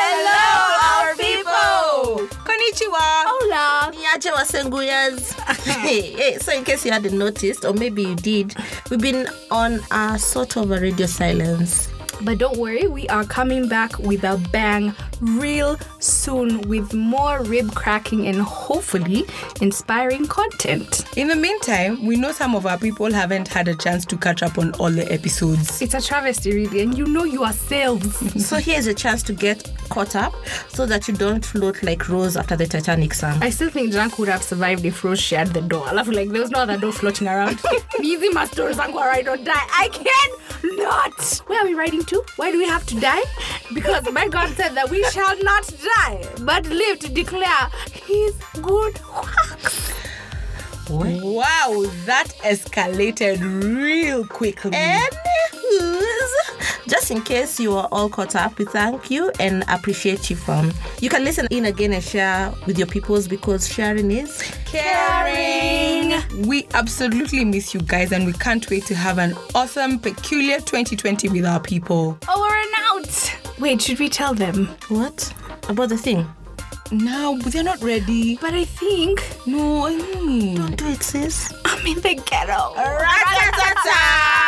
Hello, our people. Konnichiwa. Hola. Niache Wasenguyas. hey, hey, so, in case you hadn't noticed, or maybe you did, we've been on a sort of a radio silence. But don't worry, we are coming back with a bang real soon with more rib cracking and hopefully inspiring content. In the meantime, we know some of our people haven't had a chance to catch up on all the episodes. It's a travesty, really, and you know yourselves. so, here's a chance to get caught up so that you don't float like Rose after the Titanic sank. I still think Jank would have survived if Rose shared the door. Alafu, like, there was no other door floating around. Nizi must do Zangu or I don't die. I can not. Where are we riding to? Why do we have to die? Because my God said that we shall not die, but live to declare His good works. Wow, that escalated real quickly. Anywho's, just in case you are all caught up, we thank you and appreciate you from. You can listen in again and share with your peoples because sharing is caring. We absolutely miss you guys and we can't wait to have an awesome, peculiar 2020 with our people. Over and out. Wait, should we tell them? what about the thing? No, they're not ready. But I think No, I mean. Do it, sis. I'm in the ghetto. Rakatata!